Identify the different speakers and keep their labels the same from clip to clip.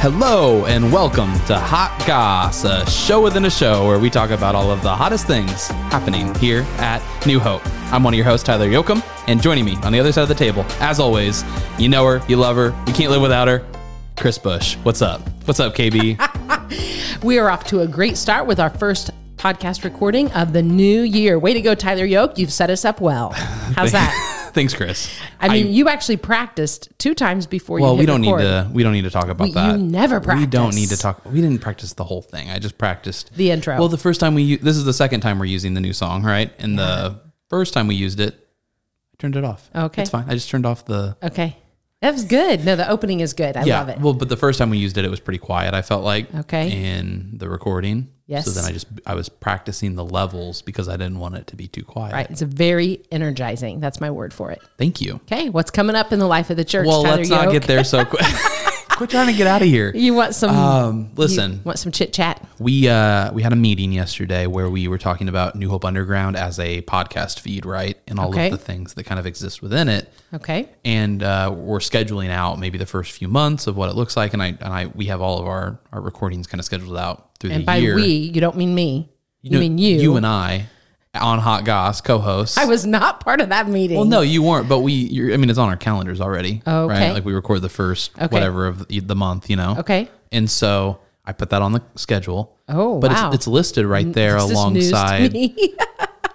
Speaker 1: Hello and welcome to Hot Goss, a show within a show where we talk about all of the hottest things happening here at New Hope. I'm one of your hosts, Tyler Yoakum, and joining me on the other side of the table, as always, you know her, you love her, we can't live without her, Chris Bush. What's up? What's up, KB?
Speaker 2: We are off to a great start with our first podcast recording of the new year. Way to go, Tyler Yoke. You've set us up well. How's that?
Speaker 1: Thanks, Chris.
Speaker 2: I mean, you actually practiced two times before
Speaker 1: well,
Speaker 2: you
Speaker 1: we
Speaker 2: hit
Speaker 1: don't
Speaker 2: record.
Speaker 1: need to. We don't need to talk about
Speaker 2: We- you
Speaker 1: that.
Speaker 2: never
Speaker 1: We don't need to
Speaker 2: practice.
Speaker 1: talk. We didn't practice the whole thing. I just practiced
Speaker 2: The intro.
Speaker 1: Well, the first time we. u- This is the second time we're using the new song, right? And the first time we used it, I turned it off.
Speaker 2: Okay.
Speaker 1: it's fine. I just turned off the.
Speaker 2: Okay. That was good. No, the opening is good. I
Speaker 1: yeah.
Speaker 2: love it.
Speaker 1: Well, but the first time we used it, it was pretty quiet. I felt like
Speaker 2: Okay.
Speaker 1: in the recording. So
Speaker 2: Yes.
Speaker 1: then I just I was practicing the levels because I didn't want it to be too quiet.
Speaker 2: right. It's very energizing. That's my word for it.
Speaker 1: Thank you.
Speaker 2: Okay. What's coming up in the life of the church?
Speaker 1: Well,
Speaker 2: Tyler
Speaker 1: let's not
Speaker 2: Yoke?
Speaker 1: get there so quick. Quit trying to get out of here.
Speaker 2: You want some?
Speaker 1: Um, listen.
Speaker 2: want some chit chat?
Speaker 1: We uh, we had a meeting yesterday where we were talking about New Hope Underground as a podcast feed, right, and all
Speaker 2: Okay.
Speaker 1: of the things that kind of exist within it.
Speaker 2: Okay.
Speaker 1: And uh, we're scheduling out maybe the first few months of what it looks like, and I and I we have all of our our recordings kind of scheduled out through
Speaker 2: And
Speaker 1: the
Speaker 2: by
Speaker 1: year.
Speaker 2: we, you don't mean me. You,
Speaker 1: know,
Speaker 2: mean you.
Speaker 1: you and I, on Hot Goss co-hosts.
Speaker 2: I was not part of that meeting.
Speaker 1: well, no, you weren't, but we. You're, I mean, it's on our calendars already,
Speaker 2: Oh, Okay.
Speaker 1: right? Like we record the first
Speaker 2: Okay.
Speaker 1: whatever of the month, you know.
Speaker 2: Okay.
Speaker 1: And so I put that on the schedule.
Speaker 2: Oh,
Speaker 1: but
Speaker 2: wow.
Speaker 1: it's, it's listed right there
Speaker 2: It's just news to
Speaker 1: alongside.
Speaker 2: me.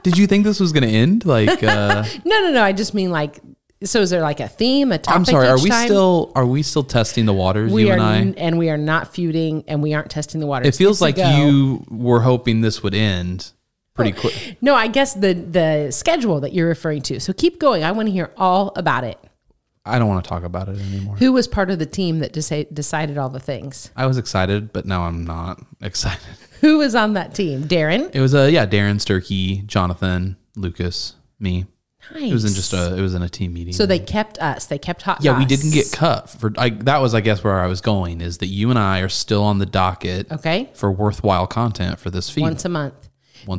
Speaker 1: Did you think this was going to end? Like, uh,
Speaker 2: No, no, no. I just mean like. So is there like a theme, a topic?
Speaker 1: I'm sorry. Are
Speaker 2: each
Speaker 1: we
Speaker 2: time?
Speaker 1: still are we still testing the waters?
Speaker 2: We
Speaker 1: you
Speaker 2: are,
Speaker 1: and I.
Speaker 2: n- and we are not feuding, and we aren't testing the water.
Speaker 1: it feels like you were hoping this would end pretty
Speaker 2: Oh.
Speaker 1: quick.
Speaker 2: No, I guess the the schedule that you're referring to. So keep going. I want to hear all about it.
Speaker 1: I don't want to talk about it anymore.
Speaker 2: Who was part of the team that deci- decided all the things?
Speaker 1: I was excited, but now I'm not excited.
Speaker 2: Who was on that team? Darren.
Speaker 1: It was a uh, yeah, Darren Sturkey, Jonathan, Lucas, me.
Speaker 2: Nice.
Speaker 1: It was in just a it was in a team meeting.
Speaker 2: so they kept us. They kept hot.
Speaker 1: yeah, we
Speaker 2: Goss.
Speaker 1: didn't get cut for I, that was I guess where I was going is that you and I are still on the docket
Speaker 2: Okay.
Speaker 1: for worthwhile content for this feed once,
Speaker 2: Once a month.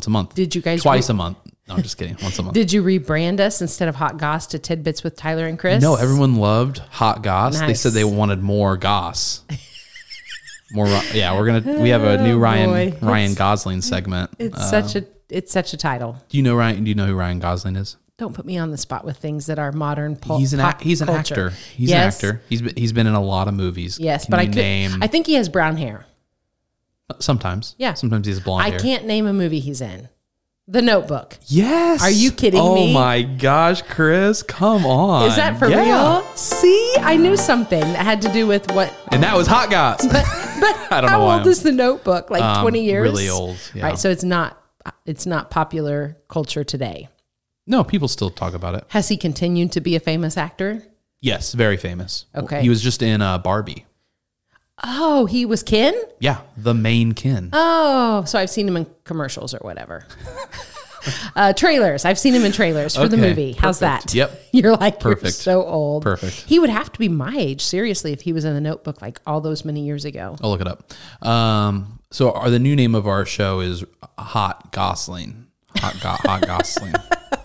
Speaker 1: a month.
Speaker 2: Did you guys
Speaker 1: twice a month? No, I'm just kidding. Once a month.
Speaker 2: Did you rebrand us instead of Hot Goss to Tidbits with Tyler and Chris?
Speaker 1: No, everyone loved hot goss. They said
Speaker 2: Nice.
Speaker 1: they wanted more goss. more, Ri- yeah. We're gonna we have a new Ryan
Speaker 2: Oh, boy.
Speaker 1: Ryan Gosling segment.
Speaker 2: It's
Speaker 1: Uh,
Speaker 2: such a it's such a title.
Speaker 1: do you know Ryan? Do you know who Ryan Gosling is?
Speaker 2: Don't put me on the spot with things that are modern. Pop,
Speaker 1: He's an
Speaker 2: pop
Speaker 1: ac- he's an
Speaker 2: culture.
Speaker 1: actor. He's
Speaker 2: Yes.
Speaker 1: an actor. He's been, he's been in a lot of movies.
Speaker 2: Yes,
Speaker 1: Can
Speaker 2: but I
Speaker 1: you
Speaker 2: could,
Speaker 1: name
Speaker 2: I think he has brown hair.
Speaker 1: sometimes.
Speaker 2: Yeah.
Speaker 1: sometimes he's blonde.
Speaker 2: I
Speaker 1: hair.
Speaker 2: can't name a movie he's in. The Notebook.
Speaker 1: Yes.
Speaker 2: Are you kidding
Speaker 1: oh
Speaker 2: me?
Speaker 1: Oh my gosh, Chris! Come on.
Speaker 2: Is that for
Speaker 1: Yeah.
Speaker 2: real? See, I knew something that had to do with what.
Speaker 1: And that was hot goss.
Speaker 2: But, but
Speaker 1: I don't
Speaker 2: how
Speaker 1: know why
Speaker 2: old
Speaker 1: I'm-
Speaker 2: is The Notebook? Like
Speaker 1: Um,
Speaker 2: twenty years.
Speaker 1: really old, yeah.
Speaker 2: Right. So it's not it's not popular culture today.
Speaker 1: no, people still talk about it.
Speaker 2: Has he continued to be a famous actor?
Speaker 1: Yes, very famous.
Speaker 2: Okay.
Speaker 1: He was just in uh, Barbie.
Speaker 2: Oh, he was Ken.
Speaker 1: Yeah, the main kin.
Speaker 2: Oh, so I've seen him in commercials or whatever. uh, trailers. I've seen him in trailers for the
Speaker 1: Okay,
Speaker 2: movie. How's
Speaker 1: perfect.
Speaker 2: that?
Speaker 1: Yep.
Speaker 2: You're like You're
Speaker 1: Perfect.
Speaker 2: so old.
Speaker 1: Perfect.
Speaker 2: He would have to be my age, seriously, if he was in the notebook like all those many years ago.
Speaker 1: I'll look it up. Um, so our, the new name of our show is Hot Gosling. Hot, go- hot Gosling.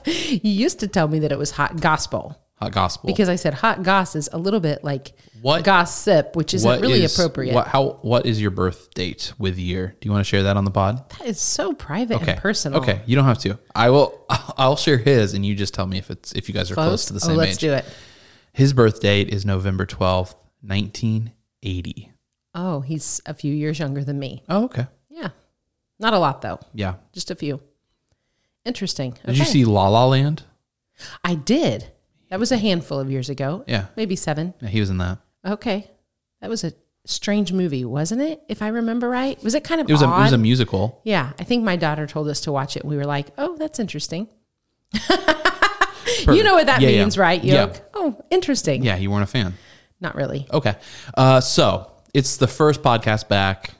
Speaker 2: You used to tell me that it was hot gospel
Speaker 1: Hot Gospel.
Speaker 2: because I said hot goss is a little bit like
Speaker 1: What-
Speaker 2: gossip, which isn't really
Speaker 1: is-
Speaker 2: appropriate.
Speaker 1: What, how, what is your birth date with year? Do you want to share that on the pod?
Speaker 2: That is so private and personal.
Speaker 1: Okay. You don't have to. I will. I'll share his, and you just tell me if it's if you guys are close, to the
Speaker 2: oh,
Speaker 1: same
Speaker 2: let's
Speaker 1: age.
Speaker 2: do it.
Speaker 1: His birth date is November twelfth, nineteen eighty.
Speaker 2: Oh, he's a few years younger than me.
Speaker 1: Oh, okay.
Speaker 2: Yeah. Not a lot though.
Speaker 1: Yeah.
Speaker 2: Just a few. Interesting.
Speaker 1: Did you see La La Land?
Speaker 2: I did. That was a handful of years ago.
Speaker 1: Yeah.
Speaker 2: Maybe seven.
Speaker 1: Yeah, he was in that.
Speaker 2: Okay. That was a strange movie, wasn't it? If I remember right. Was it kind of
Speaker 1: It was a
Speaker 2: odd?
Speaker 1: it was a musical.
Speaker 2: yeah. I think my daughter told us to watch it. We were like, oh, that's interesting. You know what that
Speaker 1: Yeah, yeah.
Speaker 2: means, right?
Speaker 1: Yeah.
Speaker 2: Yoke? Oh, interesting.
Speaker 1: Yeah, you weren't a fan.
Speaker 2: Not really.
Speaker 1: Okay. Uh, so it's the first podcast back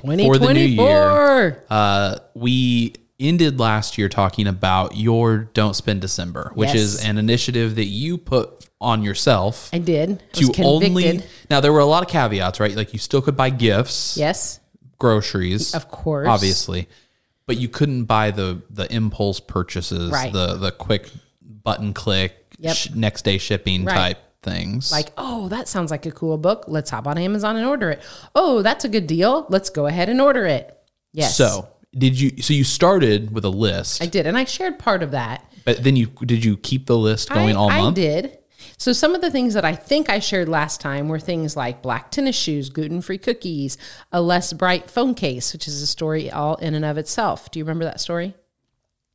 Speaker 1: for the new
Speaker 2: 2024.
Speaker 1: year. Uh, we ended last year talking about your Don't Spend December, which
Speaker 2: Yes.
Speaker 1: is an initiative that you put on yourself
Speaker 2: I did. I was
Speaker 1: to
Speaker 2: convicted.
Speaker 1: only. Now, there were a lot of caveats, right? Like you still could buy gifts,
Speaker 2: Yes,
Speaker 1: groceries,
Speaker 2: of course.
Speaker 1: obviously, but you couldn't buy the the impulse purchases,
Speaker 2: Right.
Speaker 1: the the quick button click,
Speaker 2: Yep.
Speaker 1: sh- next day shipping
Speaker 2: Right.
Speaker 1: type things.
Speaker 2: Like, oh, that sounds like a cool book. Let's hop on Amazon and order it. Oh, that's a good deal. Let's go ahead and order it. Yes.
Speaker 1: so, did you? So you started with a list,
Speaker 2: I did. And I shared part of that.
Speaker 1: but then you did you keep the list going
Speaker 2: I,
Speaker 1: all
Speaker 2: I
Speaker 1: month?
Speaker 2: did. So some of the things that I think I shared last time were things like black tennis shoes, gluten-free cookies, a less bright phone case, which is a story all in and of itself. Do you remember that story?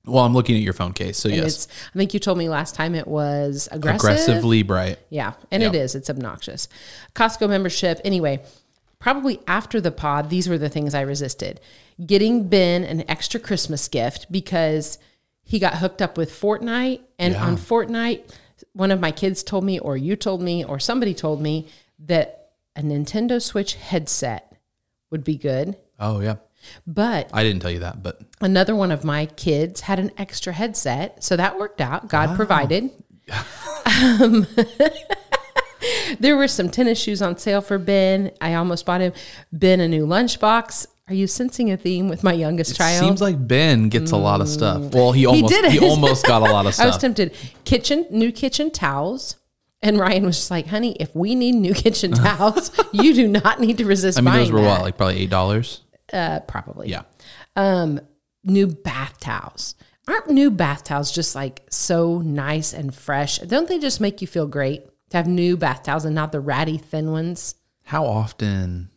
Speaker 1: Well, I'm looking at your phone case, so
Speaker 2: And
Speaker 1: yes,
Speaker 2: It's, I think you told me last time it was aggressive.
Speaker 1: aggressively bright.
Speaker 2: Yeah, and it
Speaker 1: Yeah.
Speaker 2: is. It's obnoxious. Costco membership. Anyway, probably after the pod, these were the things I resisted. Getting Ben an extra Christmas gift because he got hooked up with Fortnite. And
Speaker 1: Yeah.
Speaker 2: on Fortnite, one of my kids told me, or you told me, or somebody told me that a Nintendo Switch headset would be good.
Speaker 1: Oh yeah,
Speaker 2: But
Speaker 1: I didn't tell you that, but
Speaker 2: another one of my kids had an extra headset. So that worked out. God provided. Um, there were some tennis shoes on sale for Ben. I almost bought him Ben a new lunchbox. Are you sensing a theme with my youngest child?
Speaker 1: seems like Ben gets a lot of stuff. Well, he almost
Speaker 2: Mm. did
Speaker 1: he,
Speaker 2: it.
Speaker 1: almost got a lot of
Speaker 2: I was
Speaker 1: stuff.
Speaker 2: tempted. Kitchen, new kitchen towels. And Ryan was just like, honey, if we need new kitchen towels, you do not need to resist
Speaker 1: I mean,
Speaker 2: buying
Speaker 1: those were
Speaker 2: that.
Speaker 1: what, like probably eight dollars.
Speaker 2: Uh, probably.
Speaker 1: Yeah.
Speaker 2: Um, new bath towels. Aren't new bath towels just like so nice and fresh? Don't they just make you feel great to have new bath towels and not the ratty thin ones?
Speaker 1: How often?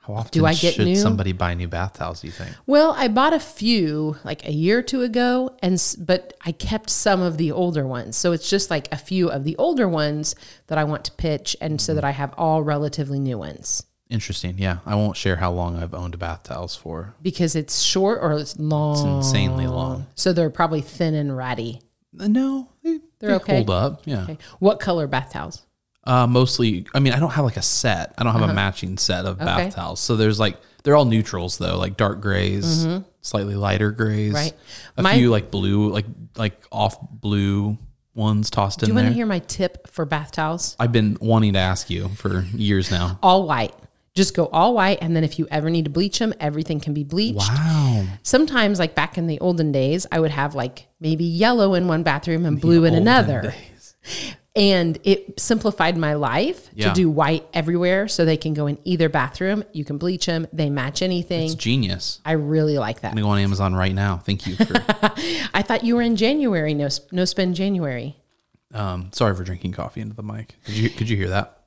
Speaker 1: How often
Speaker 2: I get
Speaker 1: should
Speaker 2: new?
Speaker 1: somebody buy new bath towels? Do you think?
Speaker 2: Well, I bought a few like a year or two ago, and s- but I kept some of the older ones. So it's just like a few of the older ones that I want to pitch, and so that I have all relatively new ones
Speaker 1: Interesting. Yeah, I won't share how long I've owned bath towels for.
Speaker 2: because it's short or it's long.
Speaker 1: Insanely long.
Speaker 2: So they're probably thin and ratty.
Speaker 1: Uh, No, they,
Speaker 2: They're
Speaker 1: they
Speaker 2: okay.
Speaker 1: hold up. Yeah.
Speaker 2: Okay. What color bath towels?
Speaker 1: Uh, mostly, I mean, I don't have like a set. I don't have a matching set of
Speaker 2: Uh-huh. Okay.
Speaker 1: bath towels. So there's like they're all neutrals though, like dark grays, slightly lighter grays,
Speaker 2: Mm-hmm. Right.
Speaker 1: A
Speaker 2: My-
Speaker 1: few like blue, like like off blue ones tossed
Speaker 2: Do
Speaker 1: in
Speaker 2: you want
Speaker 1: there.
Speaker 2: to hear my tip for bath towels?
Speaker 1: I've been wanting to ask you for years now.
Speaker 2: All white. Just go all white, and then if you ever need to bleach them, everything can be bleached.
Speaker 1: Wow.
Speaker 2: Sometimes, like back in the olden days, I would have like maybe yellow in one bathroom and blue in another. And it simplified my life
Speaker 1: Yeah.
Speaker 2: to do white everywhere so they can go in either bathroom. You can bleach them, they match anything.
Speaker 1: It's genius.
Speaker 2: I really like that.
Speaker 1: I'm gonna go on Amazon right now. Thank you. For,
Speaker 2: I thought you were in January, no, sp- no spend January.
Speaker 1: um, sorry for drinking coffee into the mic. Did you could you hear that?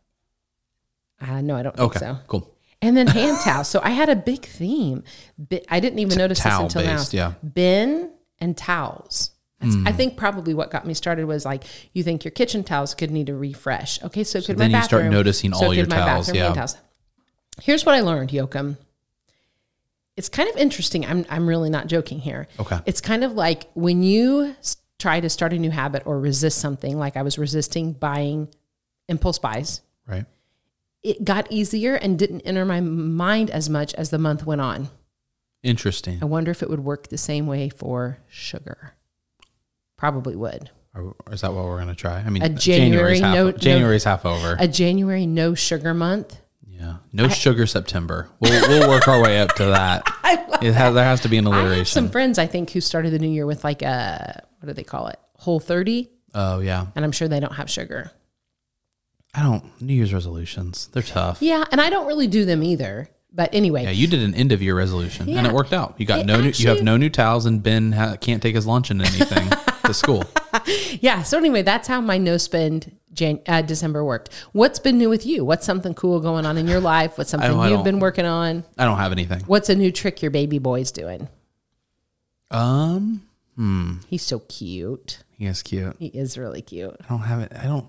Speaker 2: Uh, no, I don't
Speaker 1: Okay.
Speaker 2: think so.
Speaker 1: Cool.
Speaker 2: And then hand towels. So I had a big theme. Bi- I didn't even notice this
Speaker 1: towel
Speaker 2: until
Speaker 1: based,
Speaker 2: now.
Speaker 1: yeah. Hmm.
Speaker 2: Bin and towels. That's, I think probably what got me started was like you think your kitchen towels could need a refresh. Okay, so, could
Speaker 1: then
Speaker 2: my
Speaker 1: you start
Speaker 2: bathroom.
Speaker 1: noticing all
Speaker 2: could
Speaker 1: your
Speaker 2: my
Speaker 1: towels,
Speaker 2: bathroom hand
Speaker 1: yeah.
Speaker 2: towels. Here's what I learned, Yoakum. It's kind of interesting. I'm I'm really not joking here.
Speaker 1: Okay.
Speaker 2: It's kind of like when you s- try to start a new habit or resist something, like I was resisting buying impulse buys
Speaker 1: Right.
Speaker 2: it got easier and didn't enter my mind as much as the month went on.
Speaker 1: Interesting.
Speaker 2: I wonder if it would work the same way for sugar. Probably would.
Speaker 1: Are, is that what we're gonna try? I mean,
Speaker 2: A
Speaker 1: January's
Speaker 2: January
Speaker 1: half,
Speaker 2: no- no-
Speaker 1: January's half over.
Speaker 2: A January no sugar month.
Speaker 1: yeah, no sugar September. We'll, we'll work our way up to that. it has, there has to be an
Speaker 2: I have some
Speaker 1: alliteration.
Speaker 2: friends I think who started the new year with like a what do they call it? Whole 30,
Speaker 1: oh yeah,
Speaker 2: and I'm sure they don't have sugar.
Speaker 1: I don't New Year's resolutions. They're tough.
Speaker 2: Yeah, and I don't really do them either. But anyway,
Speaker 1: Yeah, you did an end of year resolution, and
Speaker 2: Yeah.
Speaker 1: it worked out. You got
Speaker 2: It
Speaker 1: no, new, you have
Speaker 2: actually-
Speaker 1: no new towels, and Ben ha- can't take his lunch and anything to school.
Speaker 2: Yeah. So anyway, that's how my no spend Jan- uh, December worked. What's been new with you? What's something cool going on in your life? What's something
Speaker 1: I
Speaker 2: you've
Speaker 1: don't-
Speaker 2: been working on?
Speaker 1: I don't have anything.
Speaker 2: What's a new trick your baby boy's doing?
Speaker 1: Um,
Speaker 2: He's so cute.
Speaker 1: he is cute.
Speaker 2: He is really cute.
Speaker 1: I don't have it. I don't.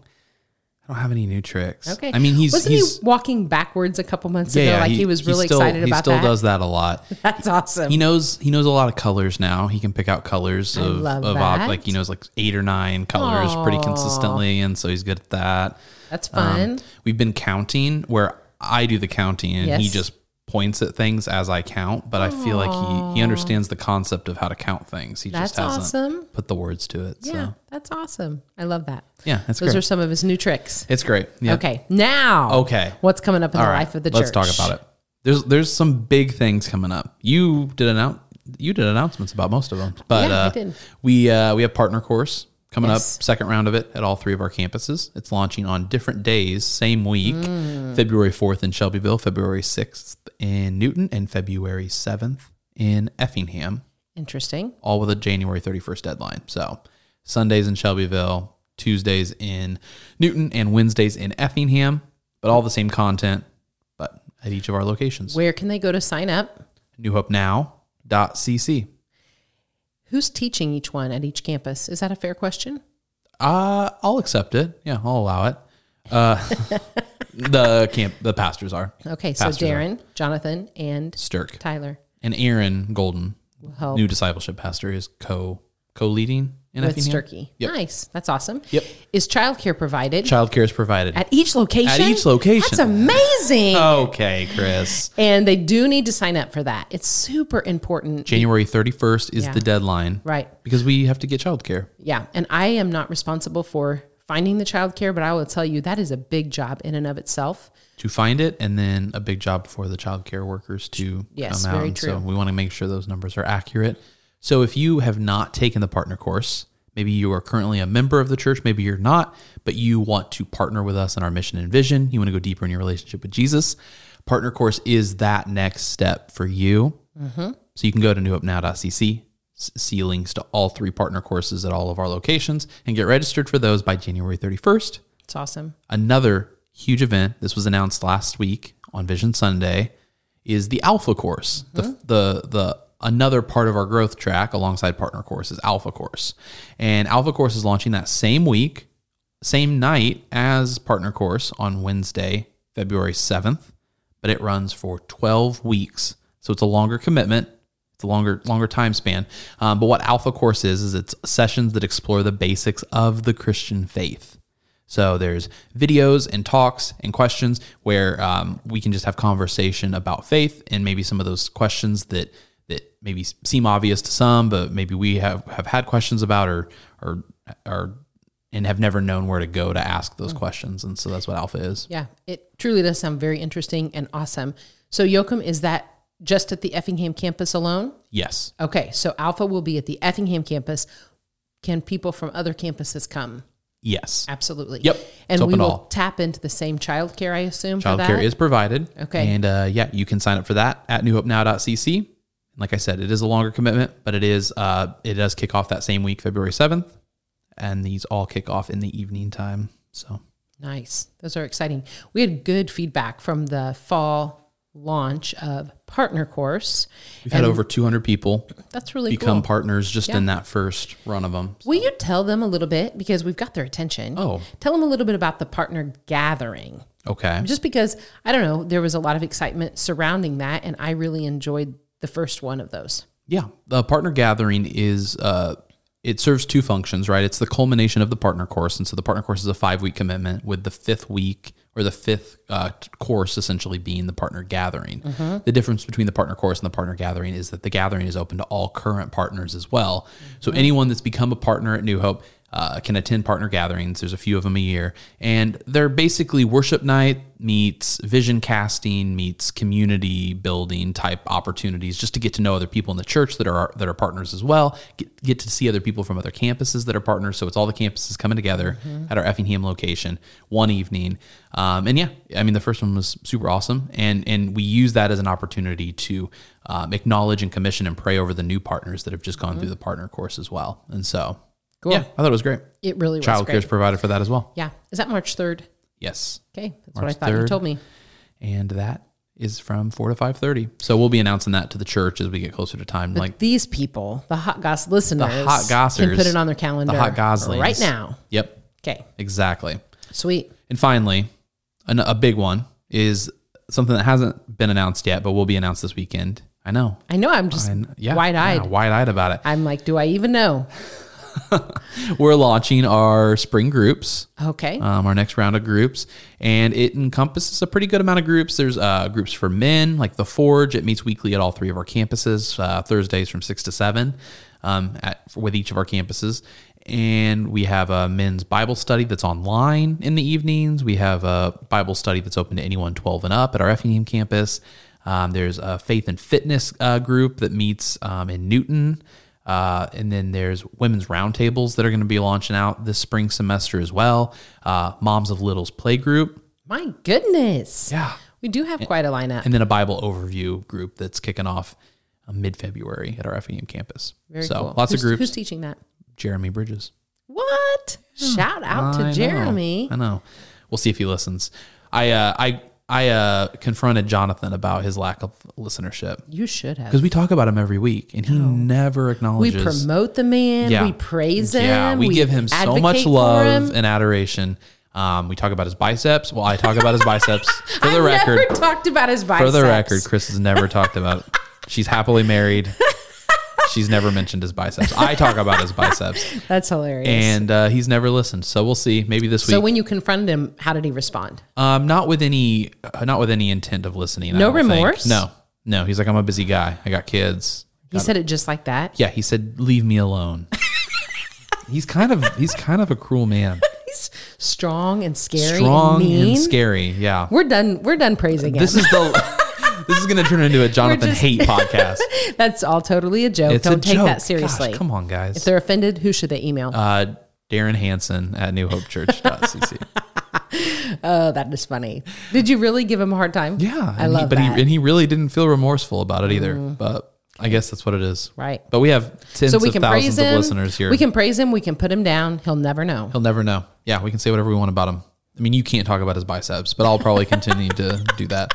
Speaker 1: I don't have any new tricks.
Speaker 2: Okay.
Speaker 1: I mean, he's
Speaker 2: wasn't
Speaker 1: he's
Speaker 2: he walking backwards a couple months ago? like he, was really
Speaker 1: still,
Speaker 2: excited
Speaker 1: He
Speaker 2: about
Speaker 1: still
Speaker 2: that.
Speaker 1: does that a lot.
Speaker 2: That's awesome.
Speaker 1: He knows he knows a lot of colors now. He can pick out colors of
Speaker 2: love
Speaker 1: of ob-
Speaker 2: that.
Speaker 1: like he knows like eight or nine colors pretty
Speaker 2: Aw.
Speaker 1: consistently, and so he's good at that.
Speaker 2: That's
Speaker 1: Um,
Speaker 2: fun.
Speaker 1: we've been counting where I do the counting and he
Speaker 2: Yes.
Speaker 1: just points at things as I count, but I feel like he he understands the concept of how to count things. He
Speaker 2: that's
Speaker 1: just hasn't
Speaker 2: awesome.
Speaker 1: put the words to it.
Speaker 2: Yeah,
Speaker 1: So
Speaker 2: that's awesome. I love that.
Speaker 1: yeah, it's
Speaker 2: Those
Speaker 1: great.
Speaker 2: are some of his new tricks.
Speaker 1: it's great. Yeah.
Speaker 2: Okay. Now,
Speaker 1: Okay.
Speaker 2: What's coming up in
Speaker 1: All
Speaker 2: the
Speaker 1: right,
Speaker 2: life of the
Speaker 1: let's
Speaker 2: church?
Speaker 1: talk about it. There's there's some big things coming up. You did announce you did announcements about most of them, but
Speaker 2: Yeah, I
Speaker 1: uh,
Speaker 2: did.
Speaker 1: we uh, we have partner course coming
Speaker 2: Yes.
Speaker 1: up, second round of it at all three of our campuses. It's launching on different days, same week
Speaker 2: Mm.
Speaker 1: February 4th in Shelbyville, February 6th in Newton, and February 7th in Effingham,
Speaker 2: Interesting.
Speaker 1: all with a January 31st deadline. So Sundays in Shelbyville, Tuesdays in Newton, and Wednesdays in Effingham, but all the same content, but at each of our locations.
Speaker 2: Where can they go to sign up?
Speaker 1: newhopenow.cc.
Speaker 2: Who's teaching each one at each campus? Is that a fair question?
Speaker 1: Uh, I'll accept it. Yeah, I'll allow it. Uh, the camp, the pastors are
Speaker 2: Okay, so
Speaker 1: Pastors are-
Speaker 2: Darren, Jonathan, and
Speaker 1: Stirk
Speaker 2: Tyler
Speaker 1: and Aaron Golden,
Speaker 2: will help
Speaker 1: new discipleship pastor, is co co leading in
Speaker 2: with
Speaker 1: Effingham.
Speaker 2: Sturkey.
Speaker 1: Yep.
Speaker 2: Nice. That's awesome.
Speaker 1: Yep.
Speaker 2: Is childcare provided
Speaker 1: Childcare is provided.
Speaker 2: at each location?
Speaker 1: At each location. Uh,
Speaker 2: That's amazing.
Speaker 1: okay, Chris.
Speaker 2: And they do need to sign up for that. It's super important.
Speaker 1: January thirty first is
Speaker 2: Yeah.
Speaker 1: the deadline,
Speaker 2: right.
Speaker 1: Because we have to get childcare.
Speaker 2: Yeah. And I am not responsible for finding the childcare, but I will tell you that is a big job in and of itself.
Speaker 1: to find it and then a big job for the child care workers to
Speaker 2: Yes,
Speaker 1: come out.
Speaker 2: very
Speaker 1: And So
Speaker 2: true.
Speaker 1: we want to make sure those numbers are accurate. So if you have not taken the partner course, maybe you are currently a member of the church, maybe you're not, but you want to partner with us in our mission and vision, you want to go deeper in your relationship with Jesus, partner course is that next step for you.
Speaker 2: Mm-hmm.
Speaker 1: So you can go to newupnow.cc, s- see links to all three partner courses at all of our locations, and get registered for those by January 31st
Speaker 2: It's awesome.
Speaker 1: another huge event this was announced last week on vision sunday is the alpha course the, the the another part of our growth track alongside partner course is alpha course and alpha course is launching that same week same night as partner course on wednesday february 7th but it runs for 12 weeks so it's a longer commitment it's a longer longer time span. Um, but what Alpha Course is is it's sessions that explore the basics of the Christian faith. So there's videos and talks and questions where um, we can just have conversation about faith and maybe some of those questions that that maybe seem obvious to some, but maybe we have have had questions about or or or and have never known where to go to ask those questions. And so that's what Alpha is.
Speaker 2: Yeah. It truly does sound very interesting and awesome. So, Yoakum, is that just at the Effingham campus alone?
Speaker 1: Yes.
Speaker 2: Okay. So, Alpha will be at the Effingham campus. Can people from other campuses come?
Speaker 1: Yes.
Speaker 2: Absolutely.
Speaker 1: Yep. It's
Speaker 2: And we
Speaker 1: open to
Speaker 2: will
Speaker 1: all.
Speaker 2: tap into the same childcare, I assume. for that?
Speaker 1: Childcare is provided.
Speaker 2: Okay.
Speaker 1: And uh, yeah, you can sign up for that at newhopenow.cc. And Like I said, it is a longer commitment, but it is uh, it does kick off that same week, February seventh, and these all kick off in the evening time. So
Speaker 2: Nice. Those are exciting. We had good feedback from the fall launch of Partner Course.
Speaker 1: we've had over two hundred people
Speaker 2: That's really
Speaker 1: become
Speaker 2: cool.
Speaker 1: partners just in that first run of them.
Speaker 2: Will you tell them a little bit because we've got their attention?
Speaker 1: Oh.
Speaker 2: Tell them a little bit about the partner gathering.
Speaker 1: Okay.
Speaker 2: Just because I don't know, there was a lot of excitement surrounding that and I really enjoyed the first one of those.
Speaker 1: Yeah, the partner gathering is uh, it serves two functions, right? It's the culmination of the partner course, and so the partner course is a five week commitment with the fifth week or the fifth uh, t- course essentially being the partner gathering. The difference between the partner course and the partner gathering is that the gathering is open to all current partners as well. So anyone that's become a partner at New Hope. Uh, can attend partner gatherings. There's a few of them a year, and they're basically worship night meets vision casting meets community building type opportunities just to get to know other people in the church that are that are partners as well get, get to see other people from other campuses that are partners so it's all the campuses coming together at our effingham location one evening um, and yeah i mean the first one was super awesome and and we use that as an opportunity to um, acknowledge and commission and pray over the new partners that have just gone through the partner course as well and so
Speaker 2: Cool.
Speaker 1: yeah i thought it was great
Speaker 2: It really was
Speaker 1: child care is
Speaker 2: great.
Speaker 1: provided for that as well
Speaker 2: Yeah. Is that March 3rd?
Speaker 1: yes
Speaker 2: Okay. That's what I
Speaker 1: March
Speaker 2: thought
Speaker 1: 3rd.
Speaker 2: you told me.
Speaker 1: and that is from 4 to 5.30 so we'll be announcing that to the church as we get closer to time like
Speaker 2: These people, the hot goss listeners,
Speaker 1: hot gossers.
Speaker 2: can put it on their calendar
Speaker 1: the hot goslings
Speaker 2: right now.
Speaker 1: yep
Speaker 2: Okay.
Speaker 1: exactly
Speaker 2: Sweet.
Speaker 1: and finally an, a big one is something that hasn't been announced yet but will be announced this weekend i know
Speaker 2: I know. I'm just
Speaker 1: And yeah
Speaker 2: wide-eyed.
Speaker 1: yeah, wide-eyed about it
Speaker 2: I'm like, do I even know?
Speaker 1: we're launching our spring groups
Speaker 2: Okay.
Speaker 1: um, our next round of groups, and it encompasses a pretty good amount of groups. There's uh, groups for men, like the Forge. It meets weekly at all three of our campuses, uh, Thursdays from six to seven, um, at, with each of our campuses. And we have a men's Bible study that's online in the evenings. We have a Bible study that's open to anyone 12 and up at our Effingham campus. Um, there's a faith and fitness uh, group that meets um, in Newton. Uh, and then there's women's roundtables that are going to be launching out this spring semester as well. Uh, Moms of Littles playgroup.
Speaker 2: My goodness.
Speaker 1: Yeah.
Speaker 2: We do have quite a lineup.
Speaker 1: And then a Bible overview group that's kicking off uh, mid February at our FEM campus.
Speaker 2: Very
Speaker 1: so
Speaker 2: cool.
Speaker 1: lots
Speaker 2: who's,
Speaker 1: of groups.
Speaker 2: Who's teaching that?
Speaker 1: Jeremy Bridges.
Speaker 2: What? Shout out
Speaker 1: I
Speaker 2: to
Speaker 1: know.
Speaker 2: Jeremy.
Speaker 1: I know. We'll see if he listens. I uh, I I uh, confronted Jonathan about his lack of listenership
Speaker 2: You should have.
Speaker 1: because we talk about him every week, and he never
Speaker 2: We
Speaker 1: acknowledges.
Speaker 2: promote the man.
Speaker 1: Yeah.
Speaker 2: We praise him.
Speaker 1: Yeah, we, give him so
Speaker 2: advocate
Speaker 1: much
Speaker 2: for
Speaker 1: love
Speaker 2: him.
Speaker 1: and adoration. Um, we talk about his biceps. Well, I talk about his biceps for the
Speaker 2: I've
Speaker 1: record.
Speaker 2: never talked about his
Speaker 1: for
Speaker 2: biceps.
Speaker 1: the record, Chris has never talked about. It. She's happily married. She's never mentioned his biceps. I talk about his biceps,
Speaker 2: That's hilarious.
Speaker 1: and uh, he's never listened. So we'll see. Maybe this week.
Speaker 2: so when you confronted him, how did he respond?
Speaker 1: Um, not with any, uh, not with any intent of listening. I
Speaker 2: No
Speaker 1: don't think.
Speaker 2: remorse?
Speaker 1: No, no. He's like, I'm a busy guy. I got kids.
Speaker 2: He said it just like that.
Speaker 1: Yeah, he said, leave me alone. he's kind of, he's kind of a cruel man.
Speaker 2: He's strong and scary
Speaker 1: Strong
Speaker 2: and
Speaker 1: and,
Speaker 2: mean.
Speaker 1: scary. Yeah.
Speaker 2: We're done. We're done praising him.
Speaker 1: This is the. this is going to turn into a Jonathan
Speaker 2: just-
Speaker 1: hate podcast.
Speaker 2: That's all totally a joke.
Speaker 1: It's a
Speaker 2: Don't take
Speaker 1: joke.
Speaker 2: that
Speaker 1: Gosh,
Speaker 2: seriously.
Speaker 1: come on, guys.
Speaker 2: If they're offended, who should they email?
Speaker 1: Uh, Darren Hansen at newhopechurch.cc.
Speaker 2: oh, that is funny. Did you really give him a hard time?
Speaker 1: yeah,
Speaker 2: I
Speaker 1: and he,
Speaker 2: love
Speaker 1: but
Speaker 2: that. Mm.
Speaker 1: he and he really didn't feel remorseful about it either. But I guess that's what it is,
Speaker 2: Right.
Speaker 1: But we have tens
Speaker 2: so we
Speaker 1: of
Speaker 2: can praise
Speaker 1: thousands
Speaker 2: him.
Speaker 1: of listeners here.
Speaker 2: We can praise him. We can put him down. He'll never know.
Speaker 1: He'll never know. Yeah, we can say whatever we want about him. I mean, you can't talk about his biceps, but I'll probably continue to do that.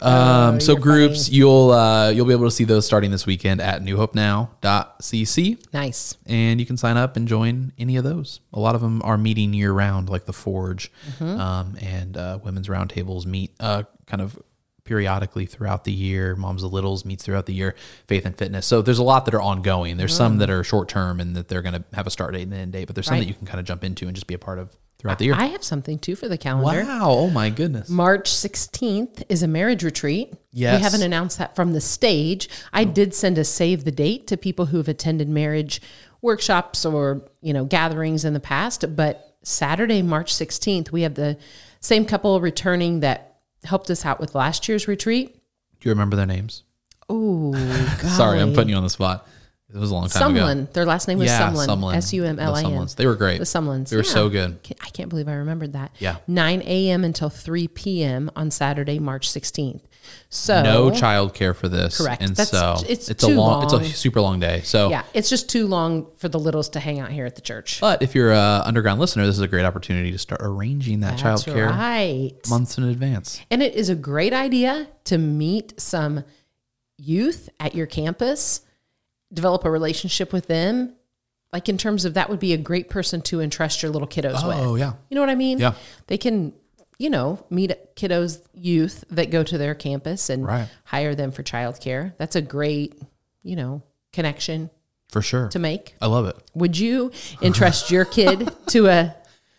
Speaker 1: Um, so groups, you'll uh, you'll be able to see those starting this weekend at newhopenow.cc,
Speaker 2: Nice.
Speaker 1: and you can sign up and join any of those. A lot of them are meeting year round, like the Forge,
Speaker 2: Mm-hmm.
Speaker 1: um, and uh, women's roundtables meet uh, kind of periodically throughout the year. Moms of Littles meets throughout the year. Faith and Fitness. So there's a lot that are ongoing. There's some that are short term and that they're going to have a start date and an end date, but there's some
Speaker 2: Mm. Right.
Speaker 1: that you can kind of jump into and just be a part of throughout the year.
Speaker 2: I have something too for the calendar.
Speaker 1: Wow. Oh my goodness.
Speaker 2: March 16th is a marriage retreat.
Speaker 1: Yes.
Speaker 2: We haven't announced that from the stage. I did send a save the date to people who have attended marriage workshops or, you know, gatherings in the past, but Saturday, March 16th, we have the same couple returning that helped us out with last year's retreat.
Speaker 1: Do you remember their names?
Speaker 2: Ooh,
Speaker 1: Sorry, I'm putting you on the spot. It was a long time ago.
Speaker 2: Sumlin. Their last name was
Speaker 1: Yeah,
Speaker 2: Sumlin.
Speaker 1: Sumlin.
Speaker 2: S U M L I
Speaker 1: The
Speaker 2: N.
Speaker 1: Sumlins. They were great.
Speaker 2: The Sumlins.
Speaker 1: They were
Speaker 2: Yeah.
Speaker 1: so good.
Speaker 2: Ca- I can't believe I remembered that.
Speaker 1: Yeah.
Speaker 2: 9 a.m. until 3 p.m. on Saturday, March 16th. So,
Speaker 1: No child care for this.
Speaker 2: Correct.
Speaker 1: And
Speaker 2: That's-
Speaker 1: so
Speaker 2: it's
Speaker 1: it's, a
Speaker 2: too
Speaker 1: long, it's
Speaker 2: long.
Speaker 1: a super long day. So
Speaker 2: yeah, it's just too long for the littles to hang out here at the church.
Speaker 1: but if you're a underground listener, this is a great opportunity to start arranging that child
Speaker 2: That's
Speaker 1: care
Speaker 2: right.
Speaker 1: months in advance.
Speaker 2: And it is a great idea to meet some youth at your campus, develop a relationship with them. Like, in terms of that, would be a great person to entrust your little kiddos with.
Speaker 1: Oh yeah.
Speaker 2: You know what I mean?
Speaker 1: Yeah.
Speaker 2: They can, you know, meet kiddos, youth that go to their campus and
Speaker 1: Right.
Speaker 2: hire them for childcare. That's a great, you know, connection
Speaker 1: For sure.
Speaker 2: to make.
Speaker 1: I love it.
Speaker 2: Would you entrust your kid to a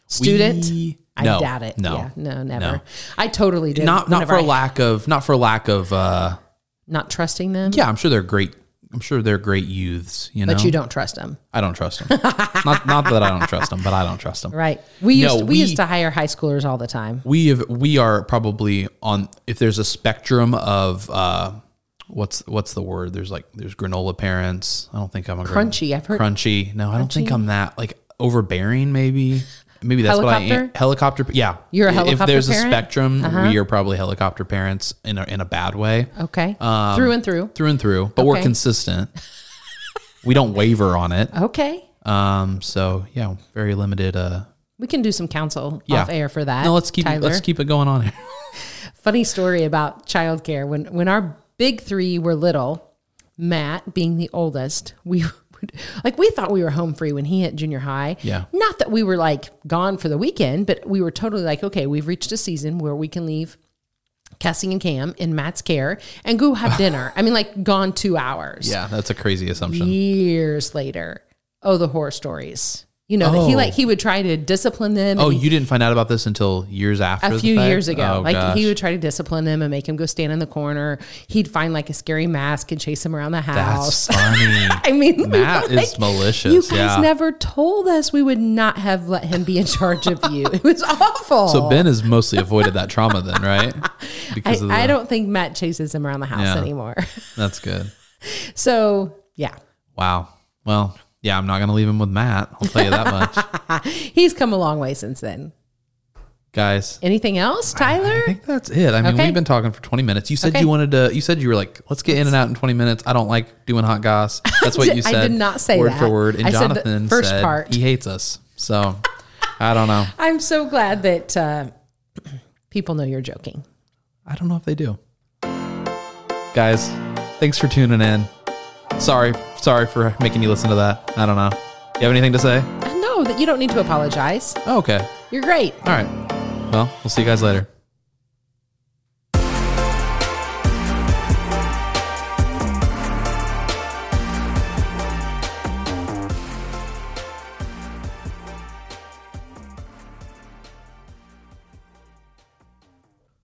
Speaker 2: student?
Speaker 1: We-
Speaker 2: I
Speaker 1: no,
Speaker 2: doubt it.
Speaker 1: No.
Speaker 2: Yeah, no, never.
Speaker 1: No.
Speaker 2: I totally did.
Speaker 1: Not not
Speaker 2: whenever
Speaker 1: for
Speaker 2: I-
Speaker 1: lack of not for lack of uh
Speaker 2: not trusting them,
Speaker 1: yeah, I'm sure they're great I'm sure they're great youths, you know.
Speaker 2: but you don't trust them,
Speaker 1: I don't trust them. not, not that I don't trust them, but I don't trust them.
Speaker 2: right? We used
Speaker 1: No,
Speaker 2: we,
Speaker 1: we-
Speaker 2: used to hire high schoolers all the time.
Speaker 1: We have we are probably on if there's a spectrum of uh, what's what's the word? There's like there's granola parents. I don't think I'm a gran-
Speaker 2: Crunchy, I've heard-
Speaker 1: crunchy. No, I don't think I'm that like overbearing. Maybe maybe that's what I am.
Speaker 2: Helicopter?
Speaker 1: Helicopter. Yeah,
Speaker 2: You're a
Speaker 1: If
Speaker 2: helicopter
Speaker 1: there's a
Speaker 2: parent? Uh-huh.
Speaker 1: spectrum, we are probably helicopter parents in a, in a bad way
Speaker 2: Okay,
Speaker 1: Um,
Speaker 2: through and through.
Speaker 1: through and through, but we're
Speaker 2: Okay.
Speaker 1: consistent. we don't waver on it.
Speaker 2: Okay,
Speaker 1: Um, so yeah, very limited. Uh,
Speaker 2: we can do some counsel
Speaker 1: Yeah.
Speaker 2: off air for that.
Speaker 1: no, let's keep
Speaker 2: Tyler.
Speaker 1: let's keep it going on here.
Speaker 2: funny story about childcare. When when our big three were little, Matt being the oldest, we would like we thought we were home free when he hit junior high.
Speaker 1: Yeah.
Speaker 2: Not that we were like gone for the weekend, but we were totally like, okay, we've reached a season where we can leave Cassie and Cam in Matt's care and go have dinner. I mean, like gone two hours
Speaker 1: Yeah, that's a crazy assumption.
Speaker 2: years later. Oh, the horror stories. You know, that he
Speaker 1: Oh.
Speaker 2: like he would try to discipline them. and
Speaker 1: Oh,
Speaker 2: he-
Speaker 1: you didn't find out about this until years after.
Speaker 2: a
Speaker 1: the
Speaker 2: few
Speaker 1: fact?
Speaker 2: years ago.
Speaker 1: Oh,
Speaker 2: like
Speaker 1: gosh.
Speaker 2: he would try to discipline him and make him go stand in the corner. He'd find like a scary mask and chase him around the
Speaker 1: That's
Speaker 2: house.
Speaker 1: funny.
Speaker 2: I mean, we
Speaker 1: Matt
Speaker 2: were like,
Speaker 1: is malicious.
Speaker 2: You guys
Speaker 1: yeah.
Speaker 2: never told us we would not have let him be in charge of you. It was awful.
Speaker 1: so Ben has mostly avoided that trauma then, right?
Speaker 2: I,
Speaker 1: Because of the,
Speaker 2: I don't think Matt chases him around the house
Speaker 1: Yeah.
Speaker 2: anymore.
Speaker 1: That's good.
Speaker 2: So yeah,
Speaker 1: Wow. Well, yeah, I'm not gonna leave him with Matt. I'll tell you that much,
Speaker 2: He's come a long way since then.
Speaker 1: guys.
Speaker 2: Anything else,
Speaker 1: I
Speaker 2: Tyler?
Speaker 1: think that's it. I mean,
Speaker 2: Okay.
Speaker 1: we've been talking for 20 minutes. You said
Speaker 2: Okay.
Speaker 1: you wanted to. You said you were like, let's get in and out in 20 minutes. I don't like doing hot goss. That's what you
Speaker 2: I
Speaker 1: said.
Speaker 2: did not say
Speaker 1: word
Speaker 2: that.
Speaker 1: for word. And
Speaker 2: I said the
Speaker 1: Jonathan said,
Speaker 2: first part.
Speaker 1: he hates us. So I don't know.
Speaker 2: I'm so glad that uh, people know you're joking.
Speaker 1: I don't know if they do. Guys, thanks for tuning in. Sorry, sorry for making you listen to that. I don't know. You have anything to say?
Speaker 2: I know that you don't need to apologize.
Speaker 1: Oh, okay.
Speaker 2: You're great.
Speaker 1: All right. Well, we'll see you guys later.